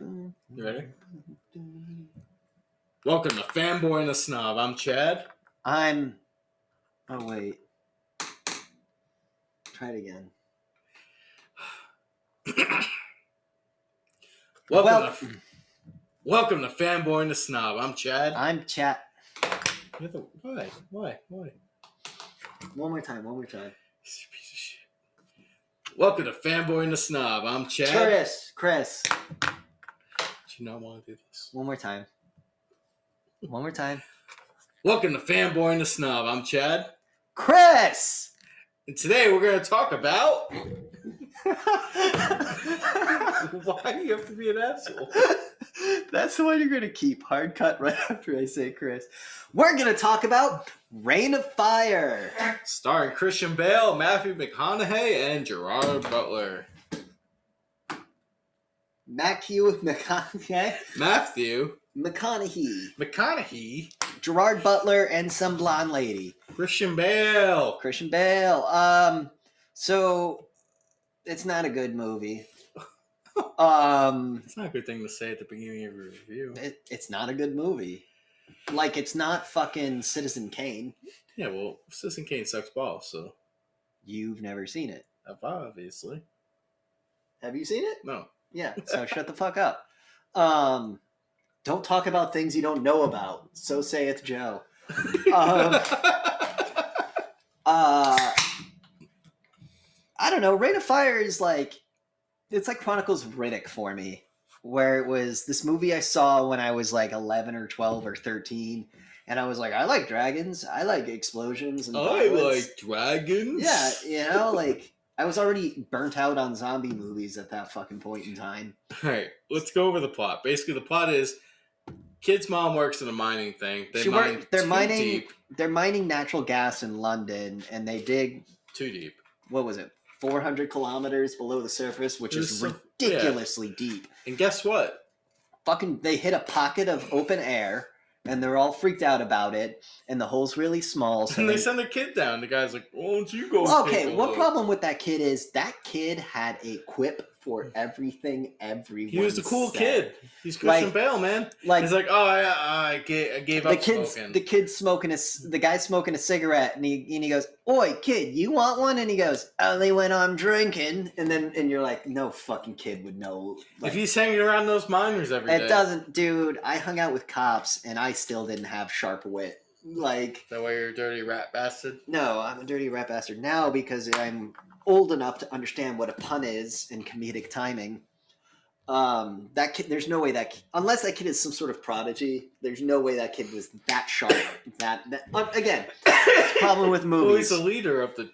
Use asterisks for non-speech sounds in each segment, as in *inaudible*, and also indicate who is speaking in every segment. Speaker 1: You ready? Welcome to Fanboy and a Snob. I'm Chad.
Speaker 2: I'm. Oh wait. Try it again.
Speaker 1: Welcome,
Speaker 2: Well-
Speaker 1: to, welcome to Fanboy and a Snob. I'm Chad.
Speaker 2: I'm chat.
Speaker 1: You're the- why? Why? Why?
Speaker 2: One more time. One more time.
Speaker 1: Piece of shit. Welcome to Fanboy and a Snob. I'm Chad.
Speaker 2: Chris. Chris.
Speaker 1: Do you not want to do this?
Speaker 2: One more time. One more time.
Speaker 1: Welcome to Fanboy and a Snob. I'm Chad.
Speaker 2: Chris. *laughs*
Speaker 1: And today we're going to talk about. *laughs* why do you have to be an asshole?
Speaker 2: That's the one you're gonna keep. Hard cut right *laughs* after I say Chris. We're gonna talk about Rain of Fire.
Speaker 1: Starring Christian Bale, Matthew McConaughey, and Gerard Butler.
Speaker 2: Matthew *laughs* McConaughey,
Speaker 1: Matthew
Speaker 2: McConaughey,
Speaker 1: McConaughey,
Speaker 2: Gerard Butler, and some blonde lady.
Speaker 1: Christian Bale.
Speaker 2: Christian Bale. Um, so it's not a good movie. Um,
Speaker 1: It's not a good thing to say at the beginning of a review.
Speaker 2: it, it's not a good movie. Like it's not fucking Citizen Kane.
Speaker 1: Yeah, well, Citizen Kane sucks balls, so
Speaker 2: You've never seen it.
Speaker 1: obviously.
Speaker 2: Have you seen it?
Speaker 1: No.
Speaker 2: Yeah. So shut the fuck up. Um, don't talk about things you don't know about. So saith Joe. Um,
Speaker 1: *laughs*
Speaker 2: uh I don't know, Rain of Fire is like it's like Chronicles of Riddick for me, where it was this movie I saw when I was like eleven or twelve or thirteen, and I was like, I like dragons, I like explosions and
Speaker 1: I
Speaker 2: violence."
Speaker 1: like dragons.
Speaker 2: Yeah,
Speaker 1: *laughs*
Speaker 2: you know, like I was already burnt out on zombie movies at that fucking point in time.
Speaker 1: All right, let's go over the plot. Basically, the plot is kid's mom works in a mining thing. They
Speaker 2: She
Speaker 1: mine
Speaker 2: worked- they're
Speaker 1: too
Speaker 2: mining-
Speaker 1: deep.
Speaker 2: They're mining natural gas in London and they dig
Speaker 1: Too deep.
Speaker 2: what was it? 400 kilometers below the surface, which
Speaker 1: There's
Speaker 2: is
Speaker 1: some- yeah.
Speaker 2: ridiculously deep.
Speaker 1: And guess what? *laughs*
Speaker 2: fucking they hit a pocket of open air and they're all freaked out about it and the hole's really small so
Speaker 1: And they
Speaker 2: they-
Speaker 1: send their kid down. The guy's like, "Won't you go?" take
Speaker 2: okay
Speaker 1: a
Speaker 2: one
Speaker 1: look?"
Speaker 2: problem with that kid is that kid had a quip for everything everyone
Speaker 1: He was the cool
Speaker 2: said.
Speaker 1: kid. He's Christian
Speaker 2: Like-
Speaker 1: Bale, man.
Speaker 2: like
Speaker 1: He's like, "Oh, I, I, ga- I gave
Speaker 2: the
Speaker 1: up
Speaker 2: kid's
Speaker 1: smoking."
Speaker 2: the kid's smoking a c- the guy's smoking a cigarette and he and he goes oi kid you want one and he goes only when i'm drinking and then and you're like no fucking kid would know like,
Speaker 1: if he's hanging around those miners every day,
Speaker 2: it doesn't dude i hung out with cops and i still didn't have sharp wit like
Speaker 1: Is that why you're a dirty
Speaker 2: *coughs*
Speaker 1: rat bastard?
Speaker 2: No, I'm a dirty rap bastard now because I'm old enough to understand what a pun is in comedic timing. Um, that kid, there's no way that ki- unless that kid is some sort of prodigy, there's no way that kid was that sharp. That, that uh, again, problem
Speaker 1: *laughs*
Speaker 2: with
Speaker 1: Well,
Speaker 2: movies.
Speaker 1: he's the leader of the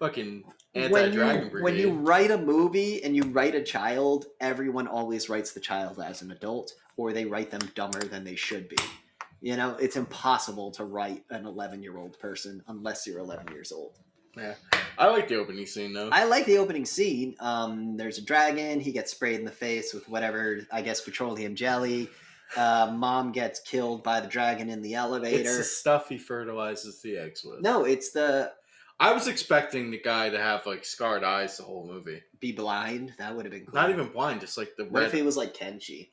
Speaker 1: fucking
Speaker 2: When
Speaker 1: anti-dragon
Speaker 2: you,
Speaker 1: brigade.
Speaker 2: when you write a movie and you write a child, everyone always writes the child as an adult, or they write them dumber than they should be. You know, it's impossible to write an 11 year old person unless you're 11 years old.
Speaker 1: I like the opening scene though.
Speaker 2: I like the opening scene. Um, there's a dragon. He gets sprayed in the face with whatever, I guess, petroleum jelly. Uh, mom gets killed by the dragon in the
Speaker 1: it's
Speaker 2: elevator.
Speaker 1: the stuff he fertilizes the eggs with.
Speaker 2: No, it's the
Speaker 1: I was expecting the guy to have like scarred eyes the whole movie.
Speaker 2: be blind. That would have been cool.
Speaker 1: Not even blind, just like the
Speaker 2: What
Speaker 1: red.
Speaker 2: if it was like Kenshi?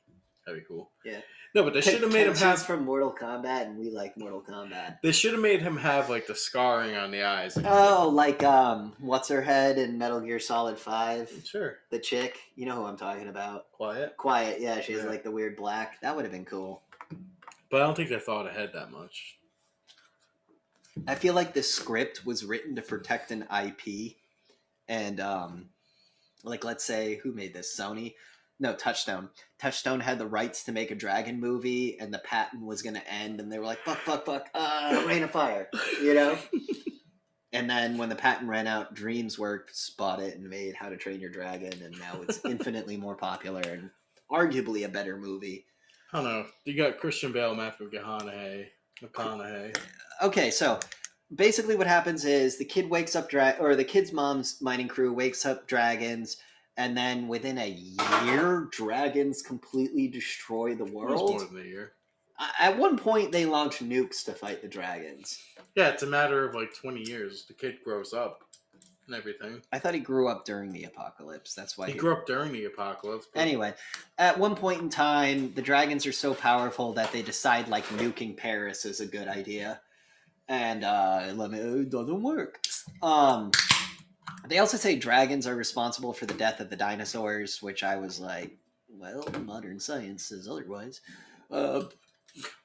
Speaker 1: That'd be cool.
Speaker 2: Yeah.
Speaker 1: No, but they should have made him
Speaker 2: Kenshi's
Speaker 1: have.
Speaker 2: from Mortal Kombat, and we like Mortal Kombat.
Speaker 1: They should have made him have like the scarring on the eyes. Like,
Speaker 2: Oh, like um, what's her head in Metal Gear Solid Five?
Speaker 1: sure.
Speaker 2: The chick, you know who I'm talking about.
Speaker 1: Quiet.
Speaker 2: Quiet, yeah, she has
Speaker 1: Yeah.
Speaker 2: like the weird black. That would have been cool.
Speaker 1: But I don't think they thought ahead that much.
Speaker 2: I feel like this script was written to protect an IP, and um, like let's say who made this Sony, no Touchstone. Touchstone had the rights to make a dragon movie, and the patent was gonna end, and they were like, "Fuck, fuck, fuck, uh, Rain of Fire," you know. and then when the patent ran out, DreamsWorks bought it and made How to Train Your Dragon, and now it's infinitely more popular and arguably a better movie.
Speaker 1: I don't know. You got Christian Bale, Matthew McConaughey, McConaughey.
Speaker 2: okay, so basically what happens is the kid wakes up dra- or the kid's mom's mining crew wakes up dragons and then within a year dragons completely destroy the
Speaker 1: It was more
Speaker 2: world.
Speaker 1: than a year.
Speaker 2: A- At one point they launch nukes to fight the dragons.
Speaker 1: Yeah, it's a matter of like 20 years. The kid grows up. and everything.
Speaker 2: I thought he grew up during the apocalypse. That's why
Speaker 1: He grew up during the apocalypse. but-
Speaker 2: Anyway, at one point in time, the dragons are so powerful that they decide like nuking Paris is a good idea, and uh, let me, it doesn't work. Um, they also say dragons are responsible for the death of the dinosaurs, which I was like, well, modern science says otherwise. Uh,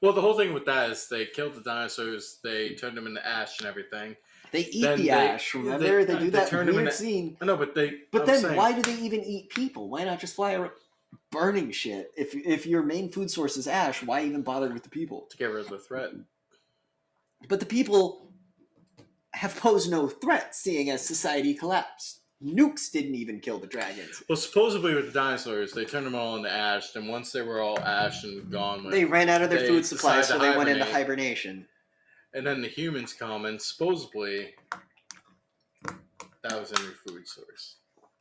Speaker 1: Well, the whole thing with that is they killed the dinosaurs, they turned them into ash and everything.
Speaker 2: they eat
Speaker 1: Then
Speaker 2: the
Speaker 1: they-
Speaker 2: ash.
Speaker 1: they-
Speaker 2: Remember, they,
Speaker 1: uh,
Speaker 2: do
Speaker 1: they
Speaker 2: that
Speaker 1: turn
Speaker 2: weird
Speaker 1: them into-
Speaker 2: scene.
Speaker 1: I know, but they.
Speaker 2: But
Speaker 1: I'm
Speaker 2: then,
Speaker 1: saying-
Speaker 2: why do they even eat people? Why not just fly around burning shit? If if your main food source is ash, why even bother with the people?
Speaker 1: to get rid of the threat?
Speaker 2: But the people have posed no threat, seeing as society collapsed. Nukes didn't even kill the dragons.
Speaker 1: Well, supposedly with the dinosaurs, they turned them all into ash, and once they were all ash and gone, like,
Speaker 2: They ran out of their
Speaker 1: They
Speaker 2: food supply, so
Speaker 1: decided
Speaker 2: they
Speaker 1: to
Speaker 2: went into
Speaker 1: hibernate.
Speaker 2: hibernation.
Speaker 1: and then the humans come, and supposedly that was in your food source.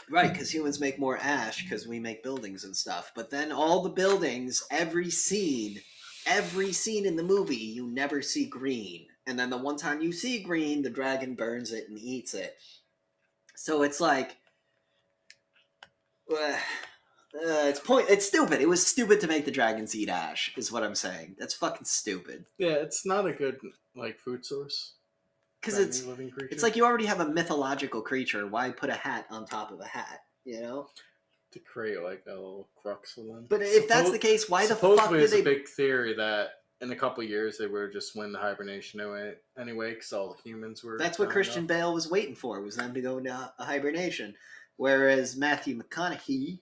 Speaker 2: Right, because humans make more ash because we make buildings and stuff. But then all the buildings, every scene, every scene in the movie, you never see green. And then the one time you see green, the dragon burns it and eats it. So it's like, uh, it's point. It's stupid. It was stupid to make the dragons eat ash, is what I'm saying. That's fucking stupid.
Speaker 1: Yeah, it's not a good like food source
Speaker 2: Because
Speaker 1: for any
Speaker 2: it's
Speaker 1: living creature.
Speaker 2: it's like you already have a mythological creature. Why put a hat on top of a hat? You know.
Speaker 1: to create like a little crux for them.
Speaker 2: But if that's the
Speaker 1: Suppo-
Speaker 2: case, why the
Speaker 1: supposedly
Speaker 2: fuck did
Speaker 1: it's
Speaker 2: they
Speaker 1: a big theory that in a couple years they were just win the hibernation away anyway because all the humans were.
Speaker 2: That's what
Speaker 1: dying
Speaker 2: Christian
Speaker 1: off.
Speaker 2: Bale was waiting for was them to go into a hibernation, whereas Matthew McConaughey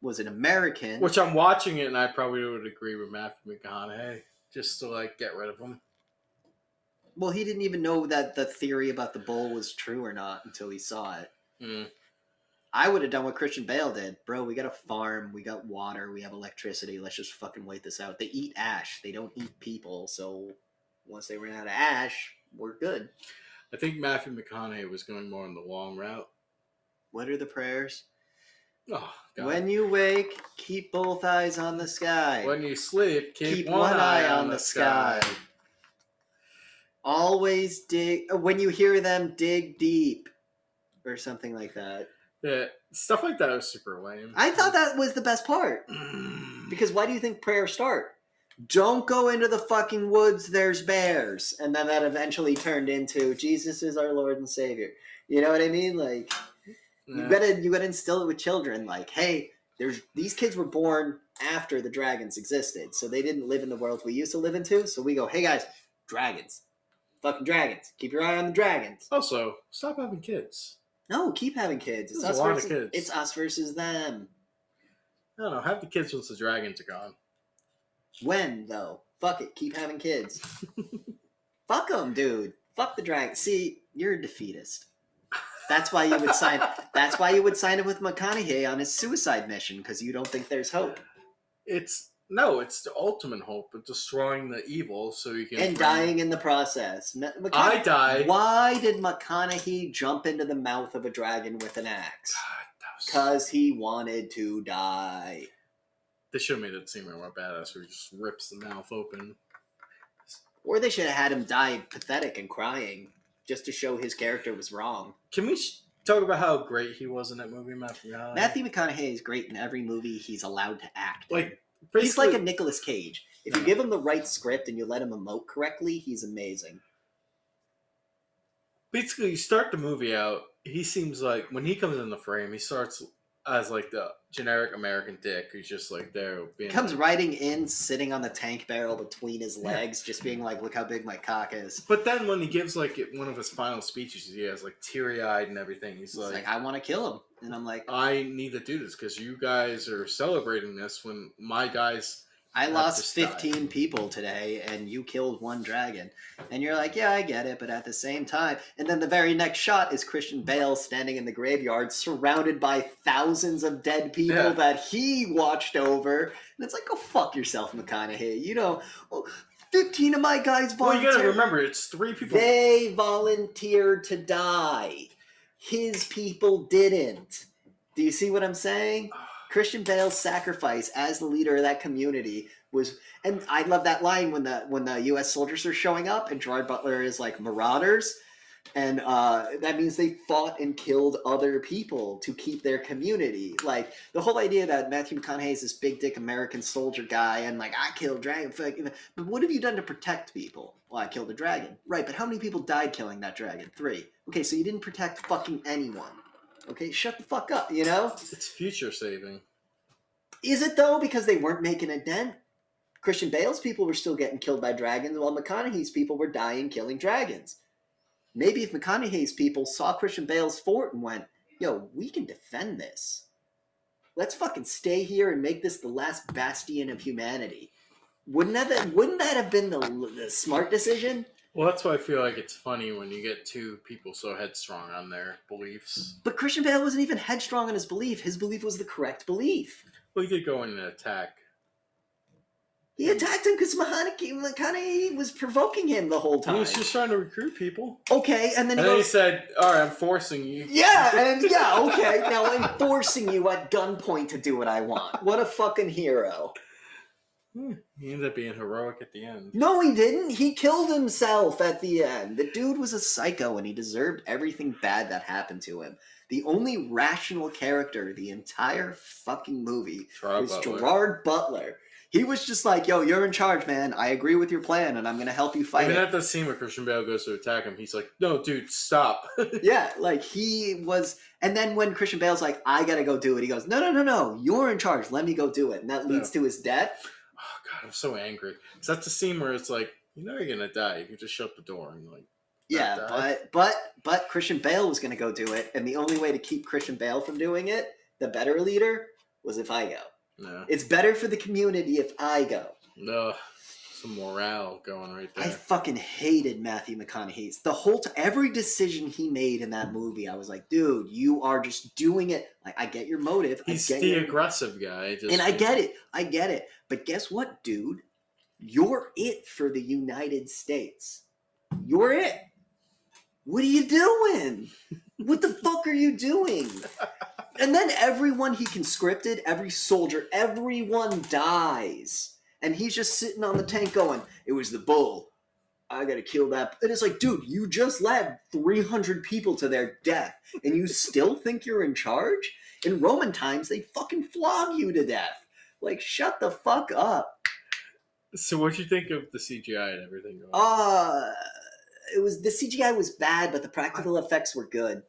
Speaker 2: was an American.
Speaker 1: Which I'm watching it, and I probably would agree with Matthew McConaughey just to like get rid of him.
Speaker 2: well, he didn't even know that the theory about the bull was true or not until he saw it.
Speaker 1: Mm.
Speaker 2: I would have done what Christian Bale did, bro. We got a farm, we got water, we have electricity. Let's just fucking wait this out. They eat ash, they don't eat people. So once they run out of ash, we're good.
Speaker 1: I think Matthew McConaughey was going more on the long route.
Speaker 2: What are the prayers?
Speaker 1: Oh God!
Speaker 2: When you wake, keep both eyes on the sky.
Speaker 1: When you sleep, keep,
Speaker 2: keep one eye on the sky.
Speaker 1: sky.
Speaker 2: Always dig uh, when you hear them dig deep or something like that.
Speaker 1: Yeah, stuff like that was super lame.
Speaker 2: I thought that was the best part because why do you think prayers start? Don't go into the fucking woods, there's bears. And then that eventually turned into Jesus is our Lord and Savior. You know what I mean? Like you
Speaker 1: *clears throat* Yeah.
Speaker 2: gotta you gotta instill it with children like hey there's these kids were born after the dragons existed so they didn't live in the world we used to live into so we go hey guys dragons fucking dragons keep your eye on the dragons
Speaker 1: Also, stop having kids.
Speaker 2: no keep having kids it's
Speaker 1: There's
Speaker 2: us
Speaker 1: a lot of
Speaker 2: versus
Speaker 1: kids.
Speaker 2: it's us versus them
Speaker 1: I don't know. Have the kids once the dragons are gone.
Speaker 2: when though fuck it keep having
Speaker 1: *laughs*
Speaker 2: kids fuck them dude fuck the dragon see you're a defeatist that's why you would
Speaker 1: *laughs*
Speaker 2: sign that's why you would sign up with mcconaughey on his suicide mission because you don't think there's hope
Speaker 1: It's no, it's the ultimate hope of destroying the evil so you can
Speaker 2: and dying in the process. Ma-
Speaker 1: I
Speaker 2: McCona-
Speaker 1: died.
Speaker 2: Why did McConaughey jump into the mouth of a dragon with an axe?
Speaker 1: God, that was-
Speaker 2: Because he wanted to die.
Speaker 1: They should have made it seem like more badass where he just rips the mouth open.
Speaker 2: Or they should have had him die pathetic and crying just to show his character was wrong.
Speaker 1: Can we sh- talk about how great he was in that movie, Matthew? McConaughey?
Speaker 2: Matthew McConaughey is great in every movie he's allowed to act. in.
Speaker 1: Like,
Speaker 2: he's like a
Speaker 1: basically-
Speaker 2: Nicolas Cage. If
Speaker 1: No.
Speaker 2: you give him the right script and you let him emote correctly, he's amazing.
Speaker 1: basically you start the movie out he seems like when he comes in the frame he starts as like the generic american dick who's just like there being
Speaker 2: Comes
Speaker 1: like-
Speaker 2: riding in, sitting on the tank barrel between his legs, just being like, "Look how big my cock is."
Speaker 1: but then when he gives like it- one of his final speeches he has like teary-eyed and everything he's
Speaker 2: He's
Speaker 1: like,
Speaker 2: like,
Speaker 1: I-,
Speaker 2: I want to kill him. And I'm like,
Speaker 1: need to do this because you guys are celebrating this when my guys
Speaker 2: I
Speaker 1: I've
Speaker 2: lost
Speaker 1: just died."
Speaker 2: 15 people today and you killed one dragon. And you're like, yeah, I get it. But at the same time, and then the very next shot is Christian Bale standing in the graveyard surrounded by thousands of dead people
Speaker 1: Yeah.
Speaker 2: that he watched over. And it's like, go fuck yourself, McConaughey. You know, oh, 15 of my guys
Speaker 1: well you gotta
Speaker 2: volunteered.
Speaker 1: remember it's three people
Speaker 2: they volunteered to die, his people didn't. Do you see what I'm
Speaker 1: *sighs*
Speaker 2: saying? Christian Bale's sacrifice as the leader of that community was, and I love that line when the when the U.S. soldiers are showing up and Gerard Butler is like marauders. and uh, that means they fought and killed other people to keep their community. Like the whole idea that Matthew McConaughey is this big dick American soldier guy, and like I killed dragon. fuck, you know, But what have you done to protect people? Well, I killed a dragon, right? But how many people died killing that dragon? Three. Okay, so you didn't protect fucking anyone. Okay, shut the fuck up. You know.
Speaker 1: It's future saving.
Speaker 2: Is it though? Because they weren't making a dent. Christian Bale's people were still getting killed by dragons, while McConaughey's people were dying killing dragons. Maybe if McConaughey's people saw Christian Bale's fort and went, "Yo, we can defend this. Let's fucking stay here and make this the last bastion of humanity." Wouldn't that wouldn't that have been the, the smart decision?
Speaker 1: Well, that's why I feel like it's funny when you get two people so headstrong on their beliefs.
Speaker 2: But Christian Bale wasn't even headstrong in his belief. His belief was the correct belief.
Speaker 1: Well, he did go in and attack.
Speaker 2: He attacked him because McConaughey was provoking him the whole
Speaker 1: He
Speaker 2: time.
Speaker 1: was just trying to recruit people.
Speaker 2: Okay, and then
Speaker 1: And
Speaker 2: he
Speaker 1: then he
Speaker 2: goes,
Speaker 1: said, All right, I'm forcing you.
Speaker 2: Yeah, and yeah, okay. Now I'm forcing you at gunpoint to do what I want. What a fucking hero.
Speaker 1: He ended up being heroic at the end.
Speaker 2: No, he didn't. He killed himself at the end. The dude was a psycho and he deserved everything bad that happened to him. The only rational character the entire fucking movie
Speaker 1: Gerard
Speaker 2: was
Speaker 1: Butler.
Speaker 2: Gerard Butler. He was just like, yo, you're in charge, man. I agree with your plan and I'm going to help you fight
Speaker 1: Even
Speaker 2: it.
Speaker 1: at the scene where Christian Bale goes to attack him, he's like, No, dude, stop. *laughs*
Speaker 2: yeah, like he was. And then when Christian Bale's like, I gotta go do it, he goes, No, no, no, no, you're in charge. Let me go do it. And that leads to his death.
Speaker 1: Oh god, I'm so angry. Is that the scene where it's like, you know you're gonna die. You can just shut the door and like
Speaker 2: Yeah,
Speaker 1: That died.
Speaker 2: but but but Christian Bale was gonna go do it, and the only way to keep Christian Bale from doing it, the better leader, was if I go.
Speaker 1: no.
Speaker 2: It's better for the community if I go.
Speaker 1: No. Some morale going right
Speaker 2: I
Speaker 1: there.
Speaker 2: fucking hated Matthew McConaughey's. The whole t- every decision he made in that movie, I was like, dude, you are just doing it. Like I get your motive.
Speaker 1: He's
Speaker 2: I get
Speaker 1: the
Speaker 2: your-
Speaker 1: aggressive guy. Just
Speaker 2: And I get it. I get it. But guess what, dude? You're it for the United States. You're it. What are you doing? What the fuck are you doing? And then everyone he conscripted, every soldier, everyone dies. And he's just sitting on the tank going, It was the bull. I gotta kill that. And it's like, dude, you just led 300 people to their death and you still think you're in charge? In Roman times, they fucking flog you to death. Like, shut the fuck up.
Speaker 1: So what'd you think of the CGI and everything going on?
Speaker 2: Uh, it was the CGI was bad, but the practical effects were good.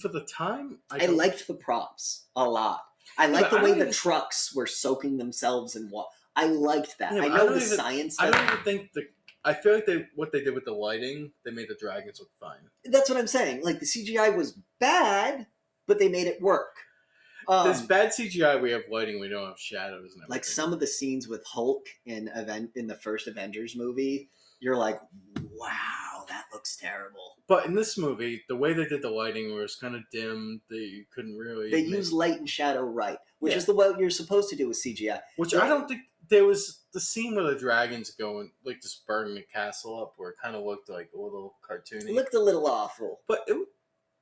Speaker 1: for the time
Speaker 2: I
Speaker 1: don't-
Speaker 2: liked the props a lot. I
Speaker 1: Yeah,
Speaker 2: liked
Speaker 1: but
Speaker 2: the
Speaker 1: I
Speaker 2: way
Speaker 1: don't
Speaker 2: the
Speaker 1: even-
Speaker 2: trucks were soaking themselves in water. I liked that.
Speaker 1: Yeah,
Speaker 2: I
Speaker 1: but I
Speaker 2: know
Speaker 1: don't
Speaker 2: the
Speaker 1: even-
Speaker 2: science.
Speaker 1: I
Speaker 2: of-
Speaker 1: don't even think the I feel like they what they did with the lighting, they made the dragons look fine.
Speaker 2: that's what I'm saying. Like the CGI was bad, but they made it work. Um,
Speaker 1: There's bad CGI, we have lighting, we don't have shadows and everything.
Speaker 2: like some of the scenes with Hulk in event in the first Avengers movie, you're like, wow, that looks terrible.
Speaker 1: But in this movie, the way they did the lighting was kind of dim. That you couldn't really.
Speaker 2: They
Speaker 1: make-
Speaker 2: use light and shadow right, which
Speaker 1: Yeah.
Speaker 2: is the what you're supposed to do with CGI.
Speaker 1: which I don't think there was the scene where the dragons going like just burning the castle up, where it kind of looked like a little
Speaker 2: It
Speaker 1: cartoony.
Speaker 2: looked a little awful,
Speaker 1: but it,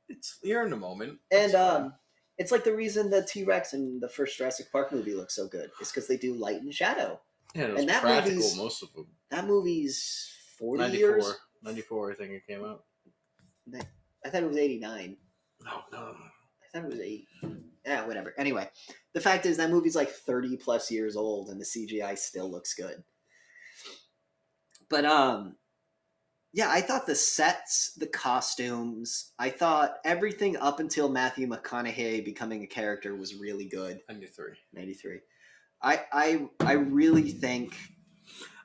Speaker 1: it's you're in the moment.
Speaker 2: and
Speaker 1: It's fine.
Speaker 2: um, it's like the reason the T Rex in the first Jurassic Park movie looks so good is because they do light and shadow.
Speaker 1: yeah, it was
Speaker 2: and that
Speaker 1: practical
Speaker 2: movie's
Speaker 1: most of them.
Speaker 2: That movie's forty
Speaker 1: 94,
Speaker 2: years.
Speaker 1: 94, I think it came out.
Speaker 2: I thought it was eighty nine.
Speaker 1: No, no,
Speaker 2: I thought it was eight. Yeah, whatever. Anyway, the fact is that movie's like 30 plus years old and the CGI still looks good. But um yeah, I thought the sets, the costumes, I thought everything up until Matthew McConaughey becoming a character was really good.
Speaker 1: ninety three.
Speaker 2: 93. I I I really think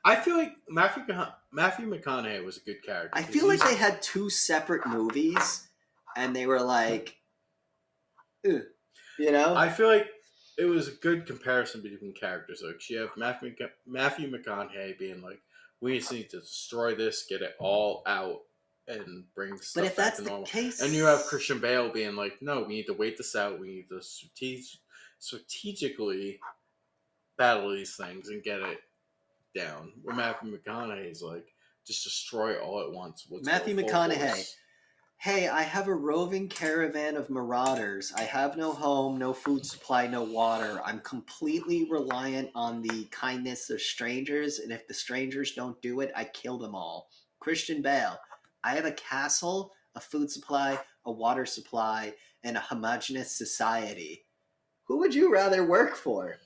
Speaker 1: I feel like Matthew Con- Matthew McConaughey was a good character.
Speaker 2: I
Speaker 1: 'cause
Speaker 2: feel like
Speaker 1: he's-
Speaker 2: they had two separate movies and they were like "Ugh," you know?
Speaker 1: I feel like it was a good comparison between characters. Like you have Matthew, Mc- Matthew McConaughey being like, "We just need to destroy this, get it all out, and bring stuff
Speaker 2: but if
Speaker 1: back
Speaker 2: that's
Speaker 1: to
Speaker 2: the
Speaker 1: normal."
Speaker 2: case
Speaker 1: And you have Christian Bale being like, "No, we need to wait this out. We need to strateg- strategically battle these things and get it down." Where Matthew McConaughey's like, "Just destroy all at once." Let's go
Speaker 2: Matthew
Speaker 1: full
Speaker 2: McConaughey.
Speaker 1: force."
Speaker 2: Hey, I have a roving caravan of marauders. I have no home, no food supply, no water. I'm completely reliant on the kindness of strangers, and if the strangers don't do it, I kill them all. Christian Bale, I have a castle, a food supply, a water supply, and a homogenous society. Who would you rather work for?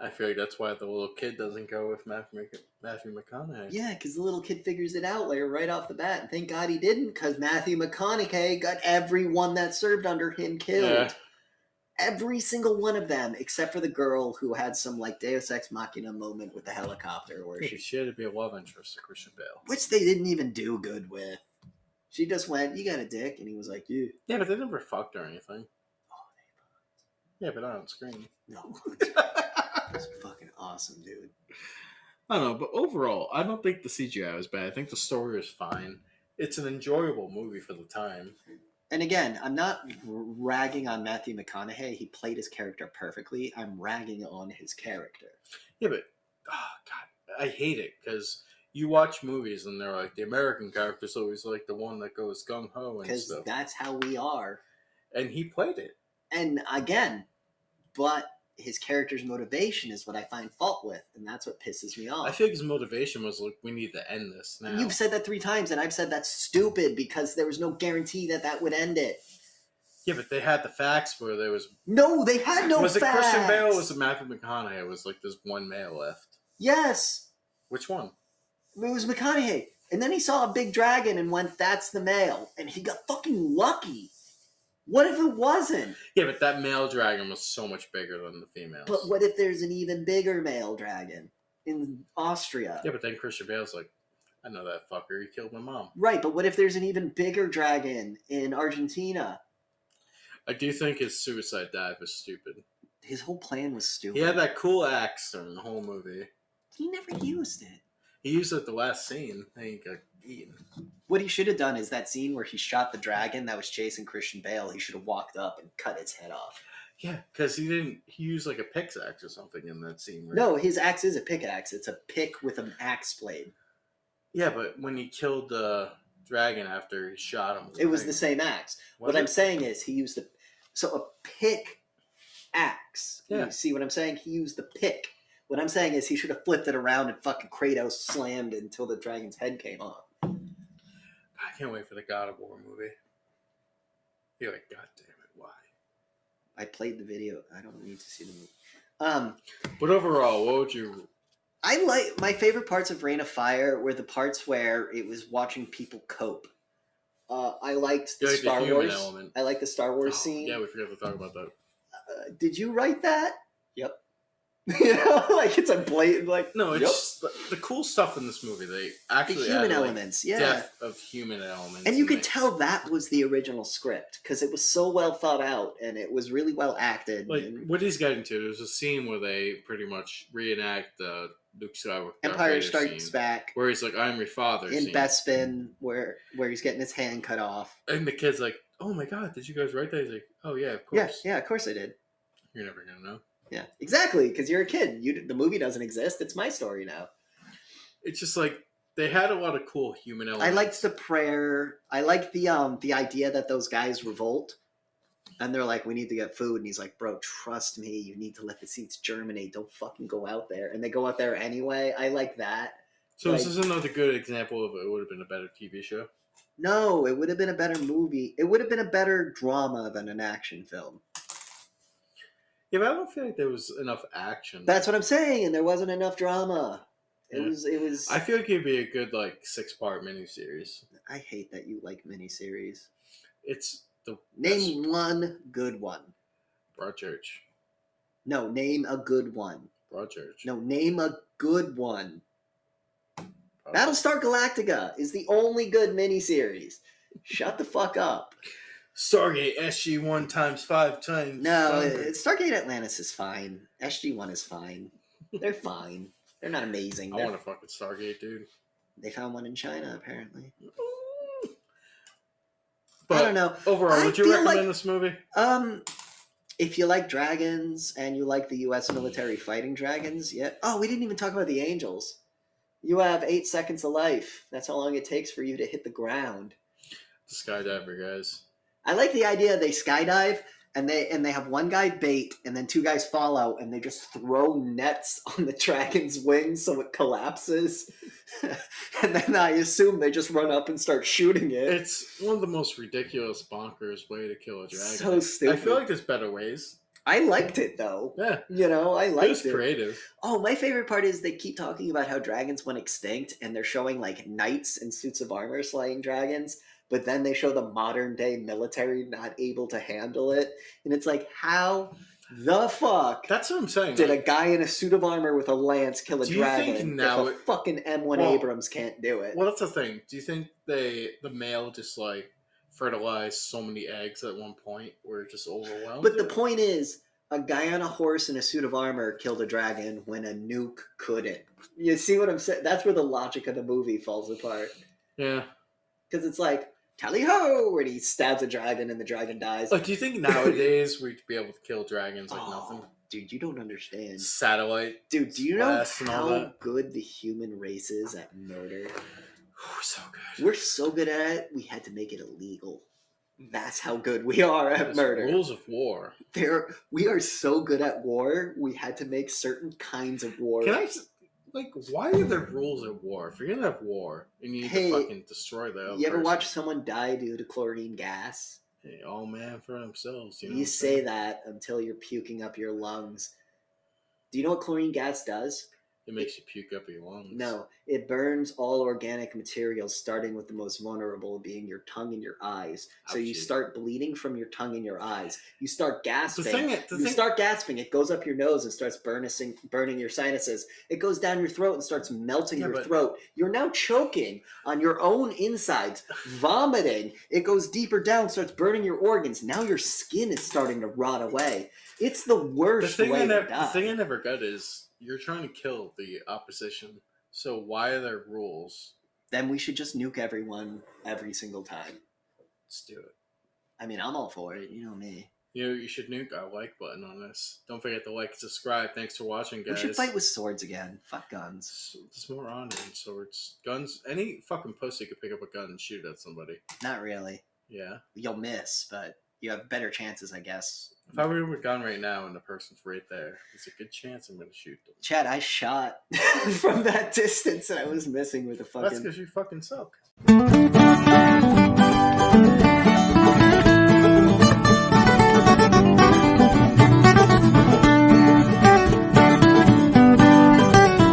Speaker 1: I feel like that's why the little kid doesn't go with Matthew, Mc- Matthew McConaughey.
Speaker 2: Yeah, because the little kid figures it out like right off the bat, and thank God he didn't, because Matthew McConaughey got everyone that served under him killed.
Speaker 1: Yeah.
Speaker 2: Every single one of them, except for the girl who had some like Deus Ex Machina moment with the helicopter, where
Speaker 1: She,
Speaker 2: she,
Speaker 1: she had to be a love interest to Christian Bale.
Speaker 2: which they didn't even do good with. She just went, "You got a dick," and he was like, "You
Speaker 1: Yeah, but they never fucked or anything.
Speaker 2: Oh,
Speaker 1: Yeah, but not on screen.
Speaker 2: no." *laughs*
Speaker 1: I
Speaker 2: That's fucking awesome, dude.
Speaker 1: don't know, but overall, I don't think the CGI was bad. I think the story was fine. It's an enjoyable movie for the time.
Speaker 2: And again, I'm not r- ragging on Matthew McConaughey. He played his character perfectly. I'm ragging on his character.
Speaker 1: Yeah, but oh god, I hate it because you watch movies and they're like the American character's always like the one that goes gung ho and
Speaker 2: because
Speaker 1: stuff,
Speaker 2: that's how we are.
Speaker 1: and he played it.
Speaker 2: And again, but his character's motivation is what I find fault with, and that's what pisses me off.
Speaker 1: I feel like his motivation was like, we need to end this now.
Speaker 2: And You've said that three times, and I've said that's stupid because there was no guarantee that that would end it.
Speaker 1: yeah, but they had the facts where there was
Speaker 2: No, they had no.
Speaker 1: was it Christian Bale? or
Speaker 2: facts.
Speaker 1: Was it Matthew McConaughey? Was like there's one male left.
Speaker 2: yes,
Speaker 1: Which one?
Speaker 2: it was McConaughey, and then he saw a big dragon and went, "That's the male," and he got fucking lucky. What if it wasn't?
Speaker 1: Yeah, but that male dragon was so much bigger than the females.
Speaker 2: But what if there's an even bigger male dragon in Austria?
Speaker 1: Yeah, but then Christian Bale's like, I know that fucker. He killed my mom.
Speaker 2: Right, but what if there's an even bigger dragon in Argentina?
Speaker 1: I do think his suicide dive was stupid.
Speaker 2: His whole plan was stupid.
Speaker 1: He had that cool axe during the whole movie.
Speaker 2: He never used it.
Speaker 1: He used it at the last scene. Then he got eaten.
Speaker 2: What he should have done is that scene where he shot the dragon that was chasing Christian Bale, he should have walked up and cut its head off.
Speaker 1: Yeah, because he didn't. He used like a pickaxe or something in that scene. Right?
Speaker 2: No, his axe is a pickaxe. It's a pick with an axe blade.
Speaker 1: Yeah, but when he killed the dragon after he shot him,
Speaker 2: It was the same axe.
Speaker 1: Was
Speaker 2: what I'm
Speaker 1: it?
Speaker 2: saying is he used the so a pick axe.
Speaker 1: Yeah.
Speaker 2: You see what I'm saying? He used the pick. What I'm saying is he should have flipped it around and fucking Kratos slammed it until the dragon's head came off.
Speaker 1: I can't wait for the God of War movie. You're like, God damn it, why?
Speaker 2: I played the video. I don't need to see the movie. Um,
Speaker 1: But overall, what would you?
Speaker 2: I like my favorite parts of Rain of Fire were the parts where it was watching people cope. Uh, I liked the
Speaker 1: You like the
Speaker 2: Star
Speaker 1: human
Speaker 2: Wars.
Speaker 1: element.
Speaker 2: I like the Star Wars
Speaker 1: Oh,
Speaker 2: scene.
Speaker 1: Yeah, we forgot to talk about that.
Speaker 2: Uh, did you write that? Yep. *laughs* you know, like it's a blatant like
Speaker 1: No, it's
Speaker 2: yep.
Speaker 1: just the, the cool stuff in this movie. They
Speaker 2: the
Speaker 1: actually
Speaker 2: human
Speaker 1: added, like,
Speaker 2: elements. Yeah.
Speaker 1: depth of human elements,
Speaker 2: And you
Speaker 1: in
Speaker 2: could
Speaker 1: it.
Speaker 2: tell that was the original script because it was so well thought out and it was really well acted.
Speaker 1: Like
Speaker 2: and
Speaker 1: what he's getting to, there's a scene where they pretty much reenact the Luke Skywalker Darth
Speaker 2: Empire
Speaker 1: Vader
Speaker 2: Strikes
Speaker 1: scene,
Speaker 2: Back
Speaker 1: where he's like, "I'm your father,"
Speaker 2: in
Speaker 1: scene.
Speaker 2: Bespin, where where he's getting his hand cut off.
Speaker 1: and the kid's like, "Oh my god, did you guys write that?" He's like, "Oh yeah, of course."
Speaker 2: Yeah, yeah, of course I did.
Speaker 1: You're never gonna know.
Speaker 2: Yeah, exactly. Because you're a kid. You the movie doesn't exist. It's my story now.
Speaker 1: It's just like they had a lot of cool human elements.
Speaker 2: I liked the prayer. I liked the um the idea that those guys revolt, and they're like, "We need to get food," and he's like, "Bro, trust me. You need to let the seeds germinate. Don't fucking go out there." And they go out there anyway. I like that.
Speaker 1: So this
Speaker 2: like-
Speaker 1: is another good example of it would have been a better TV show.
Speaker 2: No, it would have been a better movie. It would have been a better drama than an action film.
Speaker 1: Yeah, but I don't feel like there was enough action.
Speaker 2: That's what I'm saying. And there wasn't enough drama. It
Speaker 1: Yeah.
Speaker 2: was. It was.
Speaker 1: Mm. I
Speaker 2: I,
Speaker 1: feel like it'd be a good like six part miniseries.
Speaker 2: hate that you like miniseries.
Speaker 1: It's the
Speaker 2: Name one good one.
Speaker 1: Broad Church.
Speaker 2: No, name a good one.
Speaker 1: Broad Church.
Speaker 2: No, name a good one.
Speaker 1: Broad-
Speaker 2: Battlestar Galactica is the only good miniseries. Shut the fuck up.
Speaker 1: Stargate SG one times five times.
Speaker 2: No,
Speaker 1: thunder.
Speaker 2: it- Stargate Atlantis is fine. SG1 is fine. They're fine. They're not amazing.
Speaker 1: I
Speaker 2: They're-
Speaker 1: want a fucking Stargate, dude.
Speaker 2: they found one in China, apparently.
Speaker 1: But
Speaker 2: I don't know.
Speaker 1: overall,
Speaker 2: I
Speaker 1: would you
Speaker 2: feel
Speaker 1: recommend
Speaker 2: like-
Speaker 1: this movie?
Speaker 2: Um, if you like dragons and you like the U.S. military fighting dragons, yeah. Oh, we didn't even talk about the angels. You have eight seconds of life. That's how long it takes for you to hit the ground.
Speaker 1: The Skydiver guys.
Speaker 2: I like the idea they skydive and they and they have one guy bait and then two guys follow and they just throw nets *laughs* on the dragon's wing so it collapses *laughs* and then i assume they just run up and start shooting it
Speaker 1: It's one of the most ridiculous, bonkers way to kill a dragon.
Speaker 2: so
Speaker 1: I
Speaker 2: stupid
Speaker 1: feel like there's better ways.
Speaker 2: i liked it though
Speaker 1: Yeah,
Speaker 2: you know i
Speaker 1: it was
Speaker 2: liked it
Speaker 1: creative.
Speaker 2: oh my favorite part is they keep talking about how dragons went extinct and they're showing like knights in suits of armor slaying dragons but then they show the modern day military not able to handle it and it's like how the fuck
Speaker 1: That's what I'm saying.
Speaker 2: Did a
Speaker 1: like,
Speaker 2: guy in a suit of armor with a lance kill a
Speaker 1: Do you
Speaker 2: dragon?
Speaker 1: think
Speaker 2: if
Speaker 1: now
Speaker 2: a
Speaker 1: it-
Speaker 2: fucking M1
Speaker 1: Well-
Speaker 2: Abrams can't do it.
Speaker 1: well, that's the thing. Do you think they the male just like fertilized so many eggs at one point where it just overwhelmed?
Speaker 2: but the
Speaker 1: it?
Speaker 2: point is, a guy on a horse in a suit of armor killed a dragon when a nuke couldn't. You see what I'm saying? That's where the logic of the movie falls apart.
Speaker 1: yeah.
Speaker 2: Because it's like, tally ho! And he stabs a dragon and the dragon dies.
Speaker 1: Like, do you
Speaker 2: *laughs*
Speaker 1: think nowadays we'd be able to kill dragons like
Speaker 2: Oh, Dude, you don't understand.
Speaker 1: nothing? Satellite.
Speaker 2: Dude, do you know
Speaker 1: Blast and
Speaker 2: how
Speaker 1: all that.
Speaker 2: good the human race is at murder?
Speaker 1: Ooh, so good.
Speaker 2: We're so good at it, we had to make it illegal. That's how good we are at *laughs*
Speaker 1: It's
Speaker 2: murder.
Speaker 1: Rules of war.
Speaker 2: there we are so good at war we had to make certain kinds of war
Speaker 1: Can I s- like? Why are there rules at war? If you're gonna have war and you need
Speaker 2: Hey,
Speaker 1: to fucking destroy the other
Speaker 2: you ever
Speaker 1: person,
Speaker 2: watch someone die due to chlorine gas
Speaker 1: hey, all man for themselves. You, know
Speaker 2: you,
Speaker 1: what I'm
Speaker 2: say
Speaker 1: saying?
Speaker 2: that until you're puking up your lungs do you know what chlorine gas does
Speaker 1: it makes you puke up your lungs.
Speaker 2: no it burns all organic materials starting with the most vulnerable being your tongue and your eyes so you
Speaker 1: Ouchie.
Speaker 2: start bleeding from your tongue and your eyes you start
Speaker 1: The
Speaker 2: gasping
Speaker 1: thing, i- the
Speaker 2: you
Speaker 1: thing,
Speaker 2: start gasping, it goes up your nose and starts burning, burning your sinuses. It goes down your throat and starts melting
Speaker 1: Yeah,
Speaker 2: your
Speaker 1: but-
Speaker 2: throat. You're now choking on your own insides, vomiting. It goes deeper down, starts burning your organs. Now your skin is starting to rot away. It's the
Speaker 1: the
Speaker 2: worst
Speaker 1: thing, I
Speaker 2: way to
Speaker 1: never, the
Speaker 2: die.
Speaker 1: thing I never got is you're trying to kill the opposition. So why are there rules?
Speaker 2: then we should just nuke everyone every single time.
Speaker 1: Let's do it.
Speaker 2: I mean, I'm all for it. You know me.
Speaker 1: You know, you should nuke our like button on this. Don't forget to like and subscribe. Thanks for watching, guys.
Speaker 2: We should fight with swords again. Fuck guns.
Speaker 1: It's, it's more honor and swords. Guns. Any fucking pussy could pick up a gun and shoot at somebody.
Speaker 2: Not really.
Speaker 1: Yeah.
Speaker 2: You'll miss, but you have better chances, I guess.
Speaker 1: If I were with a gun right now and the person's right there, there's a good chance I'm going to shoot them.
Speaker 2: Chad, I shot *laughs* from that distance and I was messing with the
Speaker 1: That's
Speaker 2: fucking
Speaker 1: because you fucking suck.